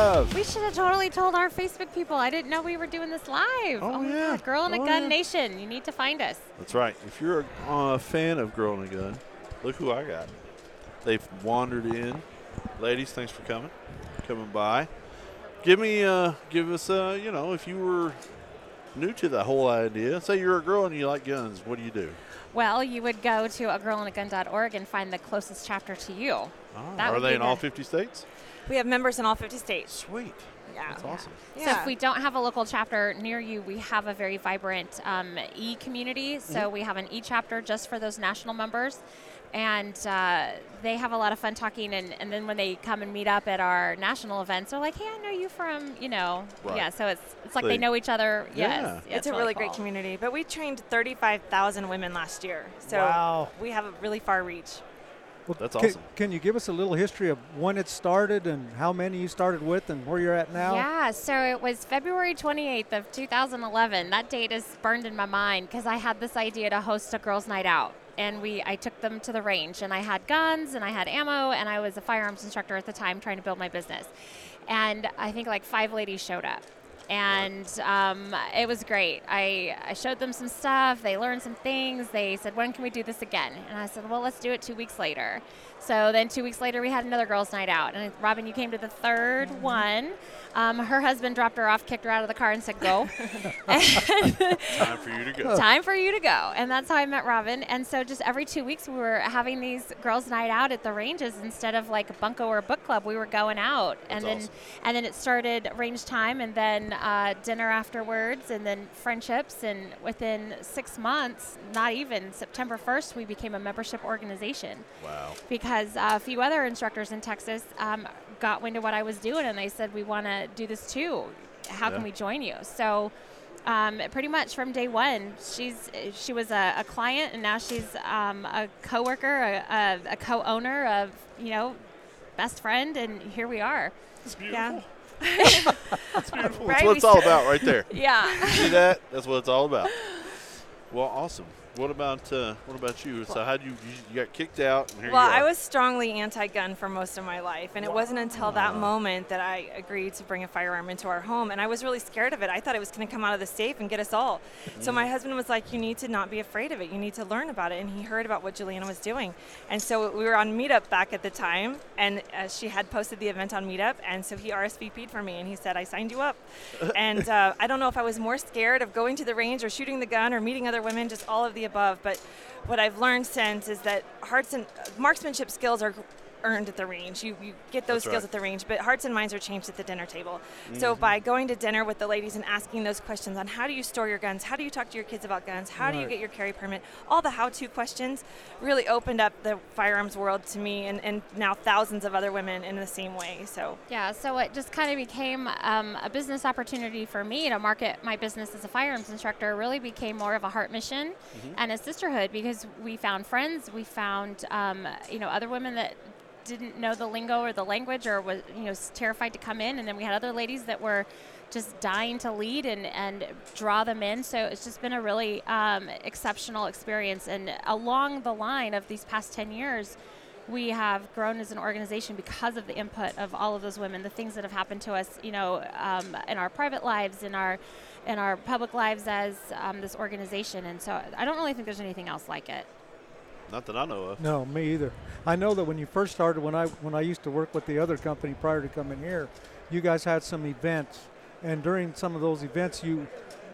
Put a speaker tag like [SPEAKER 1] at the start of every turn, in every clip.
[SPEAKER 1] have totally told our Facebook people. I didn't know we were doing this live.
[SPEAKER 2] Oh,
[SPEAKER 1] my
[SPEAKER 2] yeah.
[SPEAKER 1] God. Girl in a
[SPEAKER 2] Oh,
[SPEAKER 1] Gun
[SPEAKER 2] yeah.
[SPEAKER 1] Nation. You need to find us.
[SPEAKER 2] That's right. If you're a uh, fan of Girl and a Gun, look who I got. They've wandered in. Ladies, thanks for coming, coming by. Give me, uh, give us, uh, you know, if you were new to the whole idea, say you're a girl and you like guns, what do you do?
[SPEAKER 1] Well, you would go to a girlinagun.org and find the closest chapter to you.
[SPEAKER 2] Ah,
[SPEAKER 1] That
[SPEAKER 2] are
[SPEAKER 1] would
[SPEAKER 2] they
[SPEAKER 1] be
[SPEAKER 2] in all
[SPEAKER 1] good.
[SPEAKER 2] 50 states?
[SPEAKER 3] We have members in all 50 states.
[SPEAKER 2] Sweet.
[SPEAKER 3] Yeah.
[SPEAKER 2] That's awesome.
[SPEAKER 3] Yeah.
[SPEAKER 1] So if we don't have a local chapter near you, we have a very vibrant um, e community. So we have an e chapter just for those national members. And uh, they have a lot of fun talking. And, and then when they come and meet up at our national events, they're like, hey, I know you from, you know.
[SPEAKER 2] Right.
[SPEAKER 1] Yeah, so it's, it's like
[SPEAKER 2] They-
[SPEAKER 1] they know each other.
[SPEAKER 2] Yeah.
[SPEAKER 1] Yes.
[SPEAKER 3] it's a really, great
[SPEAKER 1] cool.
[SPEAKER 3] community. But we trained 35,000 women last year. So
[SPEAKER 4] Wow.
[SPEAKER 3] we have a really far reach.
[SPEAKER 4] Well,
[SPEAKER 2] That's
[SPEAKER 4] ca-
[SPEAKER 2] awesome.
[SPEAKER 4] Can you give us a little history of when it started and how many you started with and where you're at now?
[SPEAKER 1] Yeah, so it was February 28th of 2011. That date is burned in my mind because I had this idea to host a girls' night out. And we, I took them to the range, and I had guns, and I had ammo, and I was a firearms instructor at the time trying to build my business. And I think like five ladies showed up, and um, it was great. I, I showed them some stuff. They learned some things. They said, "When can we do this again?" And I said, "Well, let's do it two weeks later." So then two weeks later, we had another girls' night out, and Robin, you came to the 3rd one. Um, her husband dropped her off, kicked her out of the car, and said, "Go."
[SPEAKER 2] Time for you to go.
[SPEAKER 1] time for you to go. And that's how I met Robin. And so just every two weeks, we were having these girls' night out at the ranges instead of like a bunko or a book club. We were going out, and
[SPEAKER 2] That's
[SPEAKER 1] then
[SPEAKER 2] awesome.
[SPEAKER 1] and then it started range time, and then uh, dinner afterwards, and then friendships. And within six months, not even September first, we became a membership organization
[SPEAKER 2] Wow.
[SPEAKER 1] because uh, a few other instructors in Texas um, got wind of what I was doing and they said, We want to do this too. How
[SPEAKER 2] Yeah.
[SPEAKER 1] can we join you? So, um, pretty much from day one, she's she was a, a client and now she's um, a coworker, a, a, a co-owner of you know, best friend, and here we are.
[SPEAKER 2] It's
[SPEAKER 3] Yeah.
[SPEAKER 2] beautiful. It's beautiful. That's
[SPEAKER 3] Right,
[SPEAKER 2] what
[SPEAKER 3] we
[SPEAKER 2] it's all
[SPEAKER 3] start-
[SPEAKER 2] about right there.
[SPEAKER 1] Yeah.
[SPEAKER 2] See that? That's what it's all about. Well, awesome. What about uh, what about you? So how do you, you you got kicked out? And here
[SPEAKER 3] Well,
[SPEAKER 2] you are.
[SPEAKER 3] I was strongly anti-gun for most of my life, and it wasn't until that moment that I agreed to bring a firearm into our home, and I was really scared of it. I thought it was going to come out of the safe and get us all. So my husband was like, "You need to not be afraid of it. You need to learn about it." And he heard about what Juliana was doing, and so we were on Meetup back at the time, and uh, she had posted the event on Meetup, and so he RSVP'd for me, and he said, "I signed you up." and uh, I don't know if I was more scared of going to the range or shooting the gun or meeting other women, just all of the above, but what I've learned since is that hearts and uh, marksmanship skills are earned at the range. You, you get
[SPEAKER 2] That's
[SPEAKER 3] those skills
[SPEAKER 2] right.
[SPEAKER 3] at the range, but hearts and minds are changed at the dinner table. So by going to dinner with the ladies and asking those questions on how do you store your guns, how do you talk to your kids about guns, how do you
[SPEAKER 4] Right.
[SPEAKER 3] get your carry permit, all the how-to questions really opened up the firearms world to me and, and now thousands of other women in the same way. So
[SPEAKER 1] Yeah, so it just kind of became um, a business opportunity for me to market my business as a firearms instructor. Really became more of a heart mission and a sisterhood because we found friends, we found um, you know other women that didn't know the lingo or the language or was you know s- terrified to come in, and then we had other ladies that were just dying to lead and, and draw them in. So it's just been a really um, exceptional experience. And along the line of these past ten years, we have grown as an organization because of the input of all of those women, the things that have happened to us, you know, um, in our private lives, in our in our public lives as um, this organization. And so I don't really think there's anything else like it.
[SPEAKER 2] not that I know of.
[SPEAKER 4] No, me either. I know that when you first started, when I when I used to work with the other company prior to coming here, you guys had some events, and during some of those events, you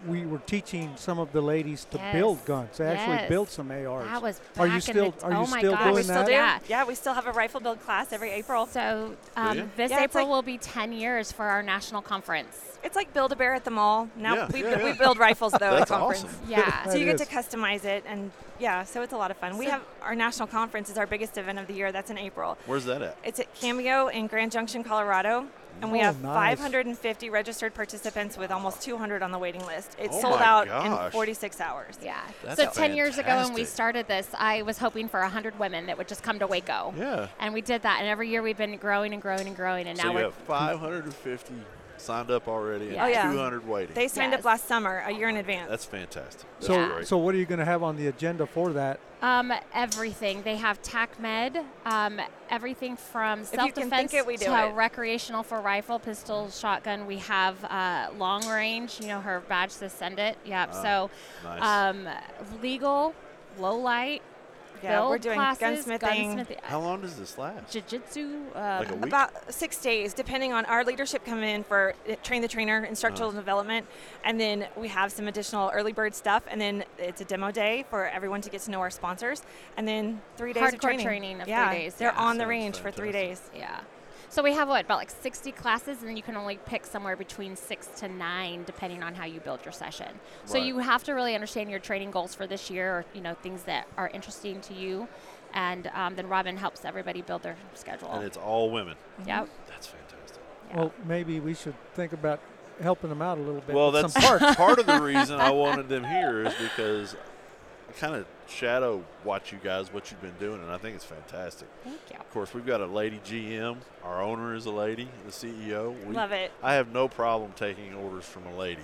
[SPEAKER 4] we were teaching some of the ladies to
[SPEAKER 1] Yes.
[SPEAKER 4] build guns. They actually
[SPEAKER 1] Yes.
[SPEAKER 4] built some ARs.
[SPEAKER 1] That was
[SPEAKER 4] Are you
[SPEAKER 1] back in
[SPEAKER 4] still-
[SPEAKER 1] the,
[SPEAKER 4] are you
[SPEAKER 1] oh my
[SPEAKER 4] still
[SPEAKER 1] gosh.
[SPEAKER 4] doing
[SPEAKER 3] we still
[SPEAKER 4] that?
[SPEAKER 3] do.
[SPEAKER 1] Yeah.
[SPEAKER 3] yeah, we still have a rifle build class every April.
[SPEAKER 1] So
[SPEAKER 2] ya?
[SPEAKER 1] um, this
[SPEAKER 3] Yeah, it's
[SPEAKER 1] April
[SPEAKER 3] like-
[SPEAKER 1] will be 10 years for our national conference.
[SPEAKER 3] It's like Build a Bear at the mall. Now
[SPEAKER 2] Yeah,
[SPEAKER 3] we,
[SPEAKER 2] yeah,
[SPEAKER 3] we
[SPEAKER 2] yeah.
[SPEAKER 3] build rifles though at
[SPEAKER 2] That's
[SPEAKER 3] conference.
[SPEAKER 2] awesome.
[SPEAKER 1] Yeah.
[SPEAKER 3] So you
[SPEAKER 4] That
[SPEAKER 3] get to
[SPEAKER 4] is.
[SPEAKER 3] customize it, and yeah, so it's a lot of fun. we
[SPEAKER 1] So-
[SPEAKER 3] have our national conference is our biggest event of the year. That's in April.
[SPEAKER 2] Where's that at?
[SPEAKER 3] It's at Cameo in Grand Junction, Colorado, and we
[SPEAKER 4] Oh,
[SPEAKER 3] have
[SPEAKER 4] nice.
[SPEAKER 3] 550 registered participants with almost 200 on the waiting list. It
[SPEAKER 2] Oh
[SPEAKER 3] sold
[SPEAKER 2] my
[SPEAKER 3] out in
[SPEAKER 2] gosh.
[SPEAKER 3] 46 hours.
[SPEAKER 1] Yeah.
[SPEAKER 2] That's
[SPEAKER 1] so 10 years ago when we
[SPEAKER 2] fantastic.
[SPEAKER 1] started this, I was hoping for 100 women that would just come to Waco.
[SPEAKER 2] Yeah.
[SPEAKER 1] And we did that. And every year we've been growing and growing and growing. And
[SPEAKER 2] so
[SPEAKER 1] now
[SPEAKER 2] you
[SPEAKER 1] we're
[SPEAKER 2] have 550 signed up already
[SPEAKER 1] Yeah.
[SPEAKER 2] and
[SPEAKER 1] Oh,
[SPEAKER 3] yeah.
[SPEAKER 2] 200 waiting.
[SPEAKER 3] They signed
[SPEAKER 1] Yes.
[SPEAKER 3] up last summer, a year in advance.
[SPEAKER 2] That's fantastic. That's
[SPEAKER 4] So,
[SPEAKER 1] Yeah.
[SPEAKER 2] great.
[SPEAKER 4] so what are you going to have on the agenda for that?
[SPEAKER 1] Um, everything. They have TACMED, um, everything from
[SPEAKER 3] you can
[SPEAKER 1] self defense
[SPEAKER 3] think it, we do
[SPEAKER 1] to
[SPEAKER 3] it.
[SPEAKER 1] recreational for rifle, pistol, shotgun. We have uh, long range, you know, her badge says send it. Yep. so
[SPEAKER 2] Ah, nice.
[SPEAKER 3] uh,
[SPEAKER 1] um, legal, low light,
[SPEAKER 3] yeah,
[SPEAKER 1] build
[SPEAKER 3] we're doing
[SPEAKER 1] classes, uh,
[SPEAKER 3] gunsmithing.
[SPEAKER 1] gunsmithing,
[SPEAKER 2] How long does this last?
[SPEAKER 1] jiu jitsu. Um,
[SPEAKER 2] Like a week?
[SPEAKER 3] About six days, depending on our leadership coming in for uh, train the trainer, instructional
[SPEAKER 2] Uh-huh.
[SPEAKER 3] development, and then we have some additional early bird stuff, and then it's a demo day for everyone to get to know our sponsors, and then three days of
[SPEAKER 1] Hardcore
[SPEAKER 3] training.
[SPEAKER 1] training of three
[SPEAKER 3] yeah,
[SPEAKER 1] days,
[SPEAKER 3] They're
[SPEAKER 1] yeah.
[SPEAKER 3] on the
[SPEAKER 2] Sounds
[SPEAKER 3] range for three days.
[SPEAKER 2] fantastic.
[SPEAKER 1] Yeah. So we have what about like 60 classes, and then you can only pick somewhere between six to nine, depending on how you build your session. So
[SPEAKER 2] Right.
[SPEAKER 1] you have to really understand your training goals for this year, or you know things that are interesting to you, and um, then Robin helps everybody build their
[SPEAKER 2] and
[SPEAKER 1] schedule.
[SPEAKER 2] it's all women.
[SPEAKER 1] Yep.
[SPEAKER 2] That's fantastic.
[SPEAKER 1] Yeah.
[SPEAKER 4] Well, maybe we should think about helping them out a little bit.
[SPEAKER 2] Well,
[SPEAKER 4] with
[SPEAKER 2] that's
[SPEAKER 4] some
[SPEAKER 2] part part of the reason I wanted them here is because I kind of shadow watch you guys what you've been doing, and I think it's fantastic.
[SPEAKER 1] Thank you.
[SPEAKER 2] Of course, we've got a lady GM. Our owner is a lady, the CEO. We,
[SPEAKER 3] Love it.
[SPEAKER 2] I have no problem taking orders from a lady.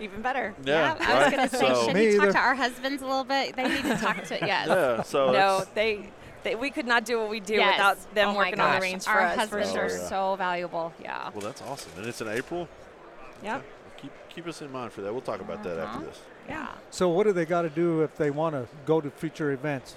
[SPEAKER 3] Even better.
[SPEAKER 2] Yeah,
[SPEAKER 1] I was
[SPEAKER 2] right?
[SPEAKER 1] gonna say,
[SPEAKER 2] So-
[SPEAKER 1] should
[SPEAKER 4] Me
[SPEAKER 1] we
[SPEAKER 4] either.
[SPEAKER 1] talk to our husbands a little bit? They need to talk to yes.
[SPEAKER 2] Yeah, so
[SPEAKER 3] no,
[SPEAKER 2] that's-
[SPEAKER 3] they, they we could not do what we do
[SPEAKER 1] Yes.
[SPEAKER 3] without them
[SPEAKER 1] Oh my
[SPEAKER 3] working on the
[SPEAKER 1] gosh,
[SPEAKER 3] range for
[SPEAKER 1] our
[SPEAKER 3] us for
[SPEAKER 1] husbands
[SPEAKER 3] sure.
[SPEAKER 1] are
[SPEAKER 2] yeah.
[SPEAKER 1] so valuable. Yeah.
[SPEAKER 2] well, that's awesome, and it's in April.
[SPEAKER 3] Yep.
[SPEAKER 2] Keep keep us in mind for that. We'll talk about that
[SPEAKER 3] Uh-huh.
[SPEAKER 2] after this.
[SPEAKER 3] Yeah.
[SPEAKER 4] So what do they got to do if they want to go to future events?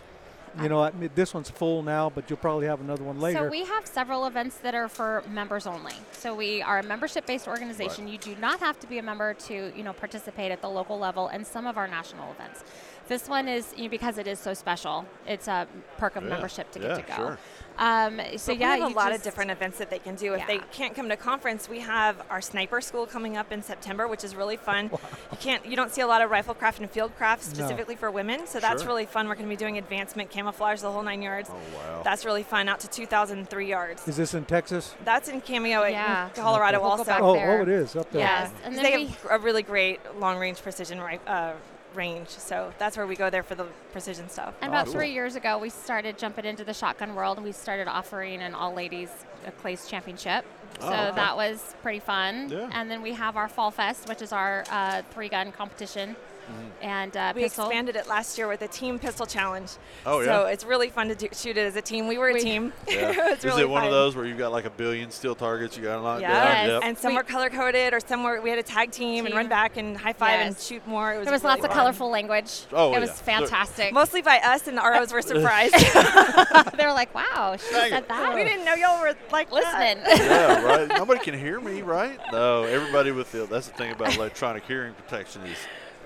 [SPEAKER 4] You know, I mean, this one's full now, but you'll probably have another one later.
[SPEAKER 1] So we have several events that are for members only. So we are a membership-based organization. You do not have to be a member to, you know, participate at the local level and some of our national events. This one is you know, because it is so special. It's a perk of
[SPEAKER 2] Yeah.
[SPEAKER 1] membership to
[SPEAKER 2] Yeah,
[SPEAKER 1] get to go.
[SPEAKER 2] sure.
[SPEAKER 1] Um, so
[SPEAKER 3] But
[SPEAKER 1] yeah,
[SPEAKER 3] we have a
[SPEAKER 1] you
[SPEAKER 3] lot of
[SPEAKER 1] just-
[SPEAKER 3] different events that they can do. If they
[SPEAKER 1] Yeah.
[SPEAKER 3] can't come to conference, we have our sniper school coming up in September, which is really fun. You can't, you don't see a lot of rifle craft and field craft specifically for women, so that's
[SPEAKER 2] Sure.
[SPEAKER 3] really fun. We're going to be doing advancement camouflage, the whole nine yards.
[SPEAKER 2] Oh wow,
[SPEAKER 3] That's really fun, out to 2,003 yards.
[SPEAKER 4] Is this in Texas?
[SPEAKER 3] That's in Cameo, in
[SPEAKER 1] Yeah.
[SPEAKER 3] Colorado,
[SPEAKER 1] We'll go
[SPEAKER 3] also.
[SPEAKER 1] back
[SPEAKER 4] Oh,
[SPEAKER 1] there.
[SPEAKER 4] oh, it is up there.
[SPEAKER 1] Yes, and
[SPEAKER 3] So
[SPEAKER 1] then
[SPEAKER 3] they
[SPEAKER 1] we-
[SPEAKER 3] have a really great long-range precision ri- uh, range, so that's where we go there for the precision stuff.
[SPEAKER 1] And about
[SPEAKER 2] Cool.
[SPEAKER 1] three years ago, we started jumping into the shotgun world, and we started offering an all-ladies uh, clays championship. So
[SPEAKER 2] Oh, okay.
[SPEAKER 1] that was pretty fun.
[SPEAKER 2] Yeah.
[SPEAKER 1] And then we have our fall fest, which is our uh, three-gun competition,
[SPEAKER 2] Mm-hmm.
[SPEAKER 1] and uh,
[SPEAKER 3] We
[SPEAKER 1] pistol.
[SPEAKER 3] expanded it last year with a team pistol challenge.
[SPEAKER 2] Oh,
[SPEAKER 3] So
[SPEAKER 2] yeah.
[SPEAKER 3] it's really fun to do, shoot it as a team. We were a
[SPEAKER 1] We-
[SPEAKER 3] team.
[SPEAKER 2] Yeah.
[SPEAKER 3] it's
[SPEAKER 2] is
[SPEAKER 3] really
[SPEAKER 2] it one
[SPEAKER 3] fun.
[SPEAKER 2] of those where you've got like a billion steel targets you got to knock
[SPEAKER 3] Yeah.
[SPEAKER 1] Yes.
[SPEAKER 2] down? Yep.
[SPEAKER 3] And some
[SPEAKER 1] We-
[SPEAKER 3] were color coded, or some were we had a tag team, and
[SPEAKER 1] Team.
[SPEAKER 3] run back and high five and
[SPEAKER 1] Yes.
[SPEAKER 3] shoot more. It was
[SPEAKER 1] There was
[SPEAKER 3] really
[SPEAKER 1] lots of
[SPEAKER 3] fun.
[SPEAKER 1] colorful language.
[SPEAKER 2] Oh,
[SPEAKER 1] it
[SPEAKER 2] yeah.
[SPEAKER 1] was fantastic.
[SPEAKER 3] Mostly by us, and the ROs were surprised.
[SPEAKER 1] they were like, "Wow, she
[SPEAKER 2] Dang
[SPEAKER 1] said
[SPEAKER 2] it.
[SPEAKER 1] that."
[SPEAKER 3] we didn't know y'all were like that.
[SPEAKER 1] listening.
[SPEAKER 2] yeah, right. Nobody can hear me, right? No, everybody with the that's the thing about electronic hearing protection is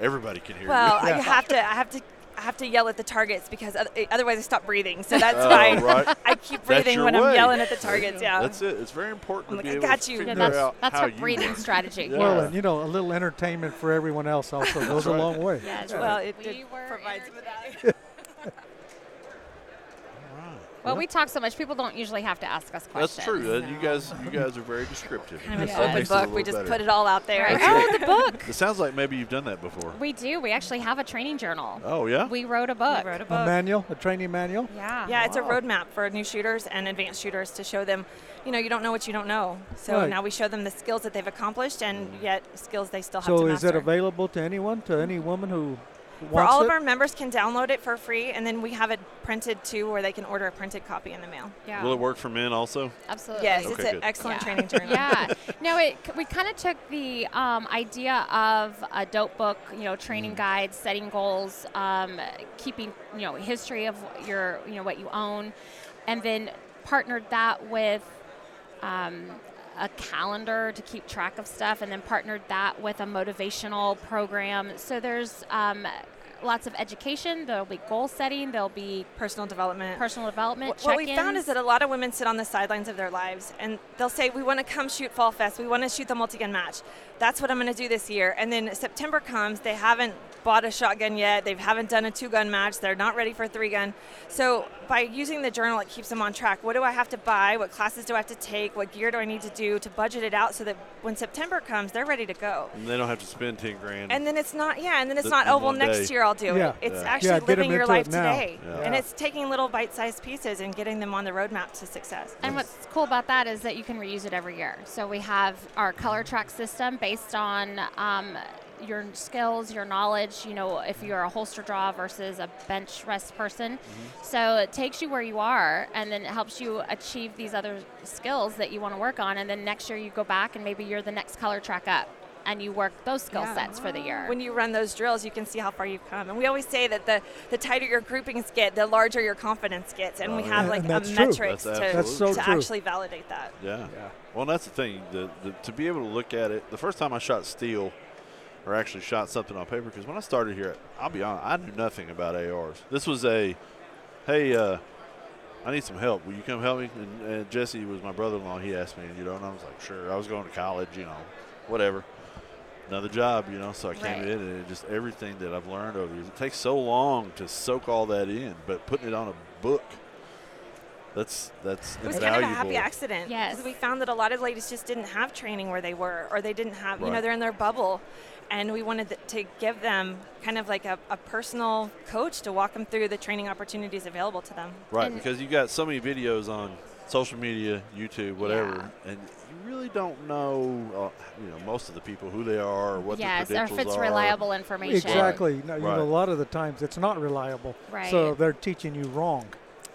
[SPEAKER 2] everybody can hear
[SPEAKER 3] Well,
[SPEAKER 2] you.
[SPEAKER 3] you have to. I have to. I have to yell at the targets because oth- otherwise I stop breathing. So that's
[SPEAKER 2] Oh,
[SPEAKER 3] why
[SPEAKER 2] right.
[SPEAKER 3] I keep
[SPEAKER 2] That's
[SPEAKER 3] breathing
[SPEAKER 2] your
[SPEAKER 3] when
[SPEAKER 2] way.
[SPEAKER 3] I'm yelling at the targets. Yeah.
[SPEAKER 2] That's it. It's very important
[SPEAKER 3] Uh,
[SPEAKER 2] to
[SPEAKER 3] I'm like,
[SPEAKER 2] be
[SPEAKER 3] I
[SPEAKER 2] able
[SPEAKER 3] got
[SPEAKER 2] to
[SPEAKER 3] you.
[SPEAKER 2] figure
[SPEAKER 1] Yeah,
[SPEAKER 2] out
[SPEAKER 1] that's that's
[SPEAKER 2] how
[SPEAKER 1] her
[SPEAKER 2] you
[SPEAKER 1] breathing
[SPEAKER 2] work.
[SPEAKER 1] strategy.
[SPEAKER 2] Yeah.
[SPEAKER 4] Well, and you know, a little entertainment for everyone else also goes a
[SPEAKER 2] right.
[SPEAKER 4] long way.
[SPEAKER 1] Yes.
[SPEAKER 3] well, it
[SPEAKER 1] We
[SPEAKER 3] did
[SPEAKER 1] were
[SPEAKER 3] provide some of that.
[SPEAKER 2] Right.
[SPEAKER 1] Well, we talk so much. People don't usually have to ask us questions.
[SPEAKER 2] That's true. Uh, You guys, you guys are very descriptive.
[SPEAKER 3] Kind of
[SPEAKER 1] Yeah.
[SPEAKER 3] an
[SPEAKER 2] That
[SPEAKER 3] open
[SPEAKER 2] makes it a
[SPEAKER 3] book. We
[SPEAKER 2] little
[SPEAKER 3] just
[SPEAKER 2] better.
[SPEAKER 3] put it all out there.
[SPEAKER 1] Right.
[SPEAKER 2] That's
[SPEAKER 1] Oh, the book.
[SPEAKER 2] It sounds like maybe you've done that before.
[SPEAKER 1] We do. We actually have a training journal.
[SPEAKER 2] Oh yeah.
[SPEAKER 1] We wrote a book.
[SPEAKER 3] We wrote a
[SPEAKER 4] A
[SPEAKER 3] book.
[SPEAKER 4] manual, a training manual.
[SPEAKER 1] Yeah.
[SPEAKER 3] Yeah, it's a
[SPEAKER 2] Wow.
[SPEAKER 3] roadmap for new shooters and advanced shooters to show them, you know, you don't know what you don't know. So
[SPEAKER 4] Right. Mm-hmm.
[SPEAKER 3] now we show them the skills that they've accomplished and yet skills they still have
[SPEAKER 4] So
[SPEAKER 3] to
[SPEAKER 4] is
[SPEAKER 3] master.
[SPEAKER 4] it available to anyone, to any woman who wants
[SPEAKER 3] for all
[SPEAKER 4] it?
[SPEAKER 3] of our members can download it for free, and then we have it printed too, where they can order a printed copy in the mail.
[SPEAKER 1] Yeah.
[SPEAKER 2] Will it work for men also?
[SPEAKER 1] Absolutely.
[SPEAKER 3] Yes,
[SPEAKER 2] Okay,
[SPEAKER 3] it's an
[SPEAKER 2] good.
[SPEAKER 3] excellent training journal.
[SPEAKER 1] yeah. No, it, we kind of took the um, idea of a dope book, you know, training guides, setting goals, um, keeping, you know, history of your, you know, what you own, and then partnered that with um, a calendar to keep track of stuff, and then partnered that with a motivational program. So there's um, lots of education. There'll be goal setting. There'll be
[SPEAKER 3] Personal development.
[SPEAKER 1] personal development.
[SPEAKER 3] What we found
[SPEAKER 1] check-ins.
[SPEAKER 3] is that a lot of women sit on the sidelines of their lives and they'll say, We want to come shoot Fall Fest. We want to shoot the multi gun match. That's what I'm going to do this year. And then September comes, they haven't bought a shotgun yet. They haven't done a two gun match. They're not ready for a three gun. So by using the journal, it keeps them on track. What do I have to buy? What classes do I have to take? What gear do I need to do to budget it out so that when September comes, they're ready to go?
[SPEAKER 2] And they don't have to spend ten grand.
[SPEAKER 3] And then it's not, yeah, and then it's
[SPEAKER 2] Th-
[SPEAKER 3] not,
[SPEAKER 2] in
[SPEAKER 3] oh, well,
[SPEAKER 2] one
[SPEAKER 3] next
[SPEAKER 2] day.
[SPEAKER 3] year I'll do
[SPEAKER 4] Yeah.
[SPEAKER 3] it. It's
[SPEAKER 2] Yeah.
[SPEAKER 3] actually
[SPEAKER 4] Yeah, get 'em
[SPEAKER 3] living your
[SPEAKER 4] into it
[SPEAKER 3] life
[SPEAKER 4] now.
[SPEAKER 3] today.
[SPEAKER 2] Yeah.
[SPEAKER 3] And
[SPEAKER 4] Yeah.
[SPEAKER 3] it's taking little bite sized pieces and getting them on the roadmap to success.
[SPEAKER 1] And what's cool about that is that you can reuse it every year. So we have our color track system based on um, your skills, your knowledge. You know, if you're a holster draw versus a bench rest person,
[SPEAKER 2] Mm-hmm.
[SPEAKER 1] so it takes you where you are, and then it helps you achieve these other skills that you want to work on. And then next year you go back, and maybe you're the next color track up, and you work those skill
[SPEAKER 3] Yeah.
[SPEAKER 1] sets for the year.
[SPEAKER 3] When you run those drills, you can see how far you've come. And we always say that the, the tighter your groupings get, the larger your confidence gets. And we
[SPEAKER 2] Oh,
[SPEAKER 3] have
[SPEAKER 4] yeah.
[SPEAKER 3] like
[SPEAKER 4] And
[SPEAKER 3] a
[SPEAKER 4] that's true.
[SPEAKER 3] metrics
[SPEAKER 2] That's
[SPEAKER 3] to,
[SPEAKER 2] That's
[SPEAKER 4] so
[SPEAKER 3] to
[SPEAKER 4] true.
[SPEAKER 3] actually validate that.
[SPEAKER 2] Yeah.
[SPEAKER 4] Yeah.
[SPEAKER 2] Well, and that's the thing. The, the, to be able to look at it, the first time I shot steel, or actually shot something on paper, because when I started here, I'll be honest, I knew nothing about ARs. This was a, hey, uh, I need some help. Will you come help me? And, and Jesse was my brother-in-law. He asked me, you know, and I was like, sure. I was going to college, you know, whatever. Another job, you know. So I came
[SPEAKER 1] Right.
[SPEAKER 2] in, and it just everything that I've learned over the years. It takes so long to soak all that in, but putting it on a book. That's that's
[SPEAKER 3] It was
[SPEAKER 2] invaluable.
[SPEAKER 3] kind of a happy accident.
[SPEAKER 1] Yes.
[SPEAKER 3] Because we found that a lot of ladies just didn't have training where they were, or they didn't have, you know,
[SPEAKER 2] Right.
[SPEAKER 3] they're in their bubble. And we wanted th- to give them kind of like a, a personal coach to walk them through the training opportunities available to them.
[SPEAKER 2] Right,
[SPEAKER 1] And-
[SPEAKER 2] because you got so many videos on social media, YouTube, whatever, and you really don't know, uh, you know, most of the people who they are or what
[SPEAKER 1] yes,
[SPEAKER 2] their
[SPEAKER 1] or
[SPEAKER 2] credentials
[SPEAKER 1] if it's
[SPEAKER 2] are.
[SPEAKER 1] reliable information.
[SPEAKER 4] Exactly. No, you know,
[SPEAKER 2] Right.
[SPEAKER 4] a lot of the times it's not reliable. So
[SPEAKER 1] Right.
[SPEAKER 4] they're teaching you wrong.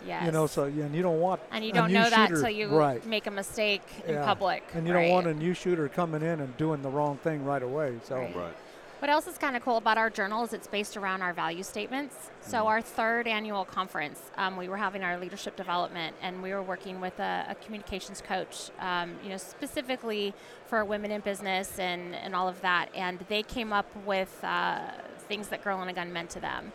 [SPEAKER 1] Yes.
[SPEAKER 4] You know, so yeah, and you don't want
[SPEAKER 1] and you
[SPEAKER 4] a
[SPEAKER 1] don't
[SPEAKER 4] new
[SPEAKER 1] know that
[SPEAKER 4] shooter-
[SPEAKER 1] until you
[SPEAKER 4] right.
[SPEAKER 1] make a mistake in
[SPEAKER 4] Yeah.
[SPEAKER 1] public.
[SPEAKER 4] And you
[SPEAKER 1] right.
[SPEAKER 4] don't want a new shooter coming in and doing the wrong thing right away. So
[SPEAKER 1] Right.
[SPEAKER 2] Right.
[SPEAKER 1] What else is kind of cool about our journal is it's based around our value statements. So our third annual conference, um, we were having our leadership development, and we were working with a, a communications coach, um, you know, specifically for women in business and and all of that. And they came up with uh, things that Girl and a Gun meant to them.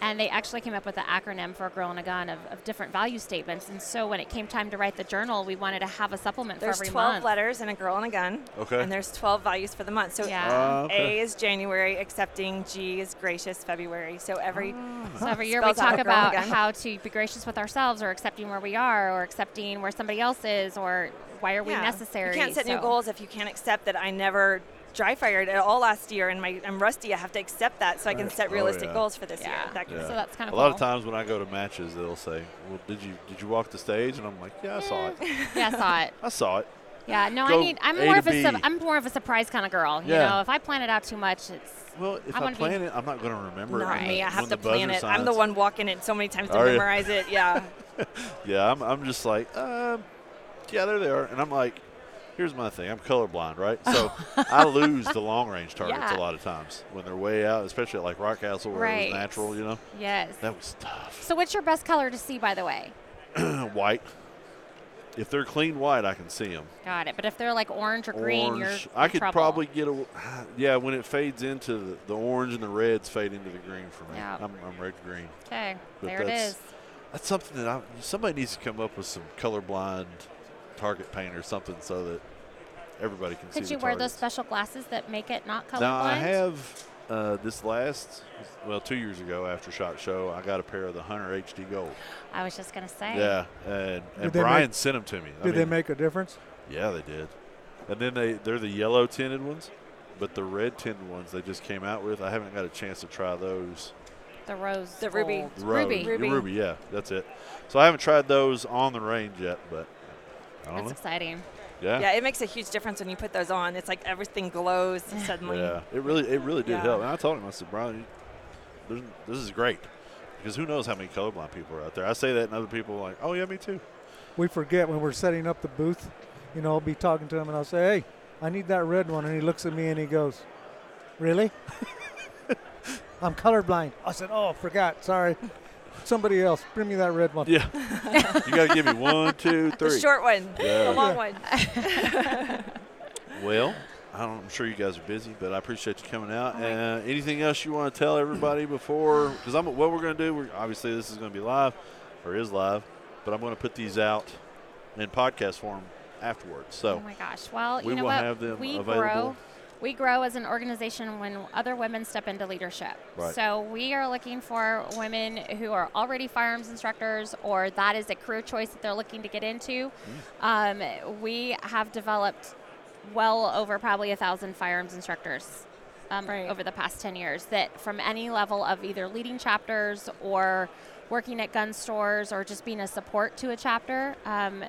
[SPEAKER 1] And they actually came up with an acronym for Girl and a Gun of, of different value statements. And so when it came time to write the journal, we wanted to have a supplement
[SPEAKER 3] There's
[SPEAKER 1] for every
[SPEAKER 3] 12
[SPEAKER 1] month.
[SPEAKER 3] letters and a girl and a gun.
[SPEAKER 2] Okay.
[SPEAKER 3] And there's 12 values for the month. So
[SPEAKER 1] Yeah.
[SPEAKER 2] Ah, okay.
[SPEAKER 3] A is January, accepting. G is gracious, February. So every
[SPEAKER 1] So every year we
[SPEAKER 3] Spells out
[SPEAKER 1] talk
[SPEAKER 3] girl
[SPEAKER 1] about
[SPEAKER 3] again.
[SPEAKER 1] how to be gracious with ourselves or accepting where we are or accepting where somebody else is or why are we
[SPEAKER 3] Yeah.
[SPEAKER 1] necessary.
[SPEAKER 3] You can't set new
[SPEAKER 1] So-
[SPEAKER 3] goals if you can't accept that I never dry fired at all last year and my I'm rusty. I have to accept that so I can set
[SPEAKER 2] Oh,
[SPEAKER 3] realistic
[SPEAKER 2] yeah.
[SPEAKER 3] goals for this
[SPEAKER 1] Yeah.
[SPEAKER 3] year. That kind
[SPEAKER 2] Yeah.
[SPEAKER 3] of
[SPEAKER 1] So that's kind of
[SPEAKER 2] a lot of
[SPEAKER 1] cool.
[SPEAKER 2] times when I go to matches, they'll say, "Well, did you did you walk the stage?" And I'm like, "Yeah, I saw it.
[SPEAKER 1] Yeah, I saw it.
[SPEAKER 2] I saw it."
[SPEAKER 1] Yeah, no, I
[SPEAKER 2] Go
[SPEAKER 1] need. I'm
[SPEAKER 2] A
[SPEAKER 1] more
[SPEAKER 2] to
[SPEAKER 1] of a.
[SPEAKER 2] B.
[SPEAKER 1] am more of a surprise kind of girl. You
[SPEAKER 2] Yeah.
[SPEAKER 1] know, if I plan it out too much, it's.
[SPEAKER 2] Well, if
[SPEAKER 1] I'm
[SPEAKER 2] I
[SPEAKER 1] gonna be-
[SPEAKER 2] plan it, I'm not going to remember it.
[SPEAKER 3] Not
[SPEAKER 2] when-
[SPEAKER 3] me. I
[SPEAKER 2] when
[SPEAKER 3] have to
[SPEAKER 2] the buzzer
[SPEAKER 3] plan it. I'm the
[SPEAKER 2] sounds.
[SPEAKER 3] one walking it so many times to
[SPEAKER 2] Are ya?
[SPEAKER 3] memorize it. Yeah.
[SPEAKER 2] Yeah, I'm, I'm just like, um, yeah, there they are. And I'm like, here's my thing. I'm colorblind, right? So I lose the long range targets
[SPEAKER 1] Yeah.
[SPEAKER 2] a lot of times when they're way out, especially at like Rock Castle where it
[SPEAKER 1] Right.
[SPEAKER 2] was natural, you know?
[SPEAKER 1] Yes.
[SPEAKER 2] That was tough.
[SPEAKER 1] So what's your best color to see, by the way?
[SPEAKER 2] white. If they're clean white, I can see them.
[SPEAKER 1] Got it. But if they're like orange or green,
[SPEAKER 2] orange.
[SPEAKER 1] you're.
[SPEAKER 2] I
[SPEAKER 1] in
[SPEAKER 2] could
[SPEAKER 1] trouble.
[SPEAKER 2] probably get a. Yeah, when it fades into the, the orange and the reds fade into the green for me.
[SPEAKER 1] Yeah.
[SPEAKER 2] I'm, I'm red green.
[SPEAKER 1] Okay.
[SPEAKER 2] But
[SPEAKER 1] There it
[SPEAKER 2] that's-
[SPEAKER 1] is.
[SPEAKER 2] That's something that I, somebody needs to come up with some colorblind target paint or something so that everybody can see.
[SPEAKER 1] Could you
[SPEAKER 2] the
[SPEAKER 1] wear those
[SPEAKER 2] targets.
[SPEAKER 1] special glasses that make it not colorblind?
[SPEAKER 2] Now I have uh, this last, well, two years ago after Shot Show, I got a pair of the Hunter HD Gold.
[SPEAKER 1] I was just gonna say.
[SPEAKER 2] Yeah, and, and
[SPEAKER 4] Did they
[SPEAKER 2] Brian
[SPEAKER 4] make-
[SPEAKER 2] sent them to me. I
[SPEAKER 4] did they
[SPEAKER 2] mean,
[SPEAKER 4] make a difference?
[SPEAKER 2] Yeah, they did. And then they they're the yellow tinted ones, but the red tinted ones they just came out with. I haven't got a chance to try those.
[SPEAKER 1] The rose.
[SPEAKER 3] The ruby.
[SPEAKER 1] gold.
[SPEAKER 2] Rose-
[SPEAKER 1] Ruby.
[SPEAKER 3] Ruby.
[SPEAKER 2] Ruby, yeah, that's it. So I haven't tried those on the range yet, but I don't
[SPEAKER 1] That's
[SPEAKER 2] know.
[SPEAKER 1] exciting.
[SPEAKER 2] Yeah.
[SPEAKER 3] yeah, it makes a huge difference when you put those on. It's like everything glows suddenly.
[SPEAKER 2] Yeah, it really, it really did
[SPEAKER 3] Yeah.
[SPEAKER 2] help. And I told him, I said, Brian, you- there's, this is great because who knows how many colorblind people are out there. I say that, and other people are like, oh yeah, me too.
[SPEAKER 4] We forget when we're setting up the booth, you know, I'll be talking to him and I'll say, Hey, I need that red one and he looks at me and he goes, Really? I'm colorblind. I said, Oh, forgot, sorry. Somebody else, bring me that red one.
[SPEAKER 2] Yeah, you got to give me one, two,
[SPEAKER 3] The
[SPEAKER 2] three.
[SPEAKER 3] short one,
[SPEAKER 2] Yeah.
[SPEAKER 3] the long one.
[SPEAKER 2] Well, I don't, I'm sure you guys are busy, but I appreciate you coming out. uh, anything else you want to tell everybody before? Because I'm what we're going to do. We're obviously this is going to be live, or is live, but I'm going to put these out in podcast form afterwards. So
[SPEAKER 1] Oh my gosh. Well,
[SPEAKER 2] we
[SPEAKER 1] you know
[SPEAKER 2] will
[SPEAKER 1] what?
[SPEAKER 2] have them
[SPEAKER 1] we
[SPEAKER 2] available.
[SPEAKER 1] grow. we grow as an organization when other women step into leadership.
[SPEAKER 2] Right.
[SPEAKER 1] So we are looking for women who are already firearms instructors or that is a career choice that they're looking to get into.
[SPEAKER 2] Hmm.
[SPEAKER 1] Um, we have developed well over probably a thousand firearms instructors um,
[SPEAKER 3] Right.
[SPEAKER 1] over the past 10 years that from any level of either leading chapters or working at gun stores or just being a support to a chapter um,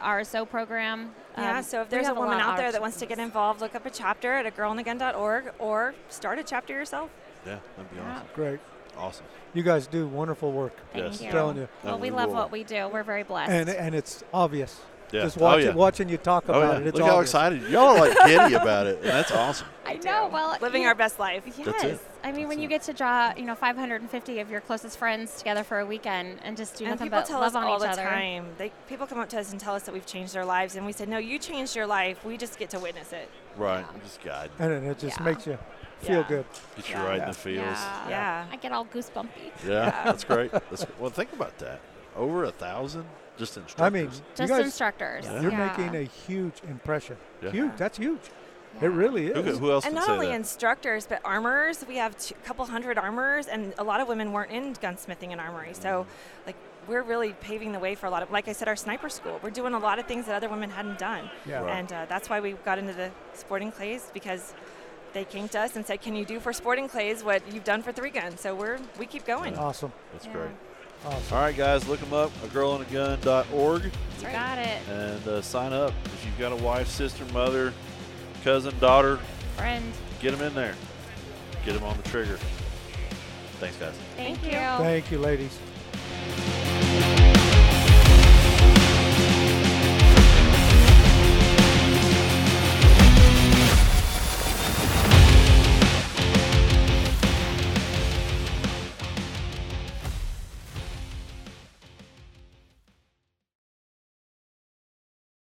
[SPEAKER 1] RSO program.
[SPEAKER 3] Yeah,
[SPEAKER 1] um,
[SPEAKER 3] so if
[SPEAKER 1] we
[SPEAKER 3] there's a
[SPEAKER 1] have
[SPEAKER 3] woman
[SPEAKER 1] lot of
[SPEAKER 3] out there that wants to get
[SPEAKER 1] opportunities.
[SPEAKER 3] involved, look up a chapter at agirlinagun.org or start a chapter yourself.
[SPEAKER 2] Yeah, that'd be
[SPEAKER 1] Yeah.
[SPEAKER 2] awesome.
[SPEAKER 4] Great.
[SPEAKER 2] Awesome.
[SPEAKER 4] You guys do wonderful work.
[SPEAKER 1] Thank
[SPEAKER 2] Yes.
[SPEAKER 1] you.
[SPEAKER 4] Telling you.
[SPEAKER 1] Well,
[SPEAKER 2] And
[SPEAKER 1] we
[SPEAKER 2] we
[SPEAKER 1] love
[SPEAKER 2] will.
[SPEAKER 1] what we do. We're very blessed.
[SPEAKER 4] And, and it's obvious.
[SPEAKER 2] Yeah.
[SPEAKER 4] Just
[SPEAKER 2] Oh,
[SPEAKER 4] watch
[SPEAKER 2] yeah.
[SPEAKER 4] watching you talk
[SPEAKER 2] Oh,
[SPEAKER 4] about
[SPEAKER 2] yeah.
[SPEAKER 4] it. It's
[SPEAKER 2] Look how
[SPEAKER 4] obvious.
[SPEAKER 2] excited. Y'all are like giddy about it, and that's awesome.
[SPEAKER 1] I know. Well,
[SPEAKER 3] living
[SPEAKER 1] you-
[SPEAKER 3] our best life.
[SPEAKER 1] Yes.
[SPEAKER 2] That's it.
[SPEAKER 1] I mean, when
[SPEAKER 2] That's
[SPEAKER 1] you
[SPEAKER 2] it.
[SPEAKER 1] get to draw, you know, 550 of your closest friends together for a weekend and just do
[SPEAKER 3] And
[SPEAKER 1] nothing
[SPEAKER 3] people
[SPEAKER 1] but
[SPEAKER 3] tell
[SPEAKER 1] love
[SPEAKER 3] us
[SPEAKER 1] on
[SPEAKER 3] all
[SPEAKER 1] each
[SPEAKER 3] the
[SPEAKER 1] other.
[SPEAKER 3] time. They, people come up to us and tell us that we've changed their lives, and we say, "No, you changed your life. We just get to witness it."
[SPEAKER 2] Right.
[SPEAKER 1] Yeah.
[SPEAKER 2] Just God.
[SPEAKER 4] And it it just
[SPEAKER 1] Yeah.
[SPEAKER 4] makes you feel
[SPEAKER 3] Yeah.
[SPEAKER 4] good.
[SPEAKER 2] Get you
[SPEAKER 3] Yeah.
[SPEAKER 2] right in
[SPEAKER 4] Yeah.
[SPEAKER 2] the feels.
[SPEAKER 1] Yeah.
[SPEAKER 3] Yeah.
[SPEAKER 1] I get all goosebumpy.
[SPEAKER 2] Yeah, that's great. That's, well, think about that. Over a thousand just instructors.
[SPEAKER 4] I mean, you
[SPEAKER 1] Just
[SPEAKER 4] guys,
[SPEAKER 1] instructors.
[SPEAKER 2] Yeah.
[SPEAKER 4] you're
[SPEAKER 1] Yeah.
[SPEAKER 4] making a huge impression.
[SPEAKER 2] Yeah.
[SPEAKER 4] Huge. That's huge.
[SPEAKER 1] Yeah.
[SPEAKER 4] It really
[SPEAKER 2] who,
[SPEAKER 4] is.
[SPEAKER 2] could- who else
[SPEAKER 3] and
[SPEAKER 2] can
[SPEAKER 3] not
[SPEAKER 2] say
[SPEAKER 3] only
[SPEAKER 2] that?
[SPEAKER 3] instructors, but armorers. We have a couple hundred armorers, and a lot of women weren't in gunsmithing and armory.
[SPEAKER 2] Mm.
[SPEAKER 3] So, like, we're really paving the way for a lot of. Like I said, our sniper school. We're doing a lot of things that other women hadn't done,
[SPEAKER 4] Yeah.
[SPEAKER 2] Right.
[SPEAKER 3] and uh, that's why we got into the sporting clays because they came to us and said, "Can you do for sporting clays what you've done for three guns?" So we're we keep going.
[SPEAKER 4] Awesome.
[SPEAKER 2] That's
[SPEAKER 1] Yeah.
[SPEAKER 2] great.
[SPEAKER 4] Awesome.
[SPEAKER 2] All right, guys, look them up, a girl and a gun.org,
[SPEAKER 1] You got it.
[SPEAKER 2] and uh, sign up. If you've got a wife, sister, mother, cousin, daughter,
[SPEAKER 1] Friend.
[SPEAKER 2] get them in there. Get them on the trigger. Thanks, guys.
[SPEAKER 1] Thank,
[SPEAKER 3] Thank you.
[SPEAKER 1] you.
[SPEAKER 4] Thank you, ladies.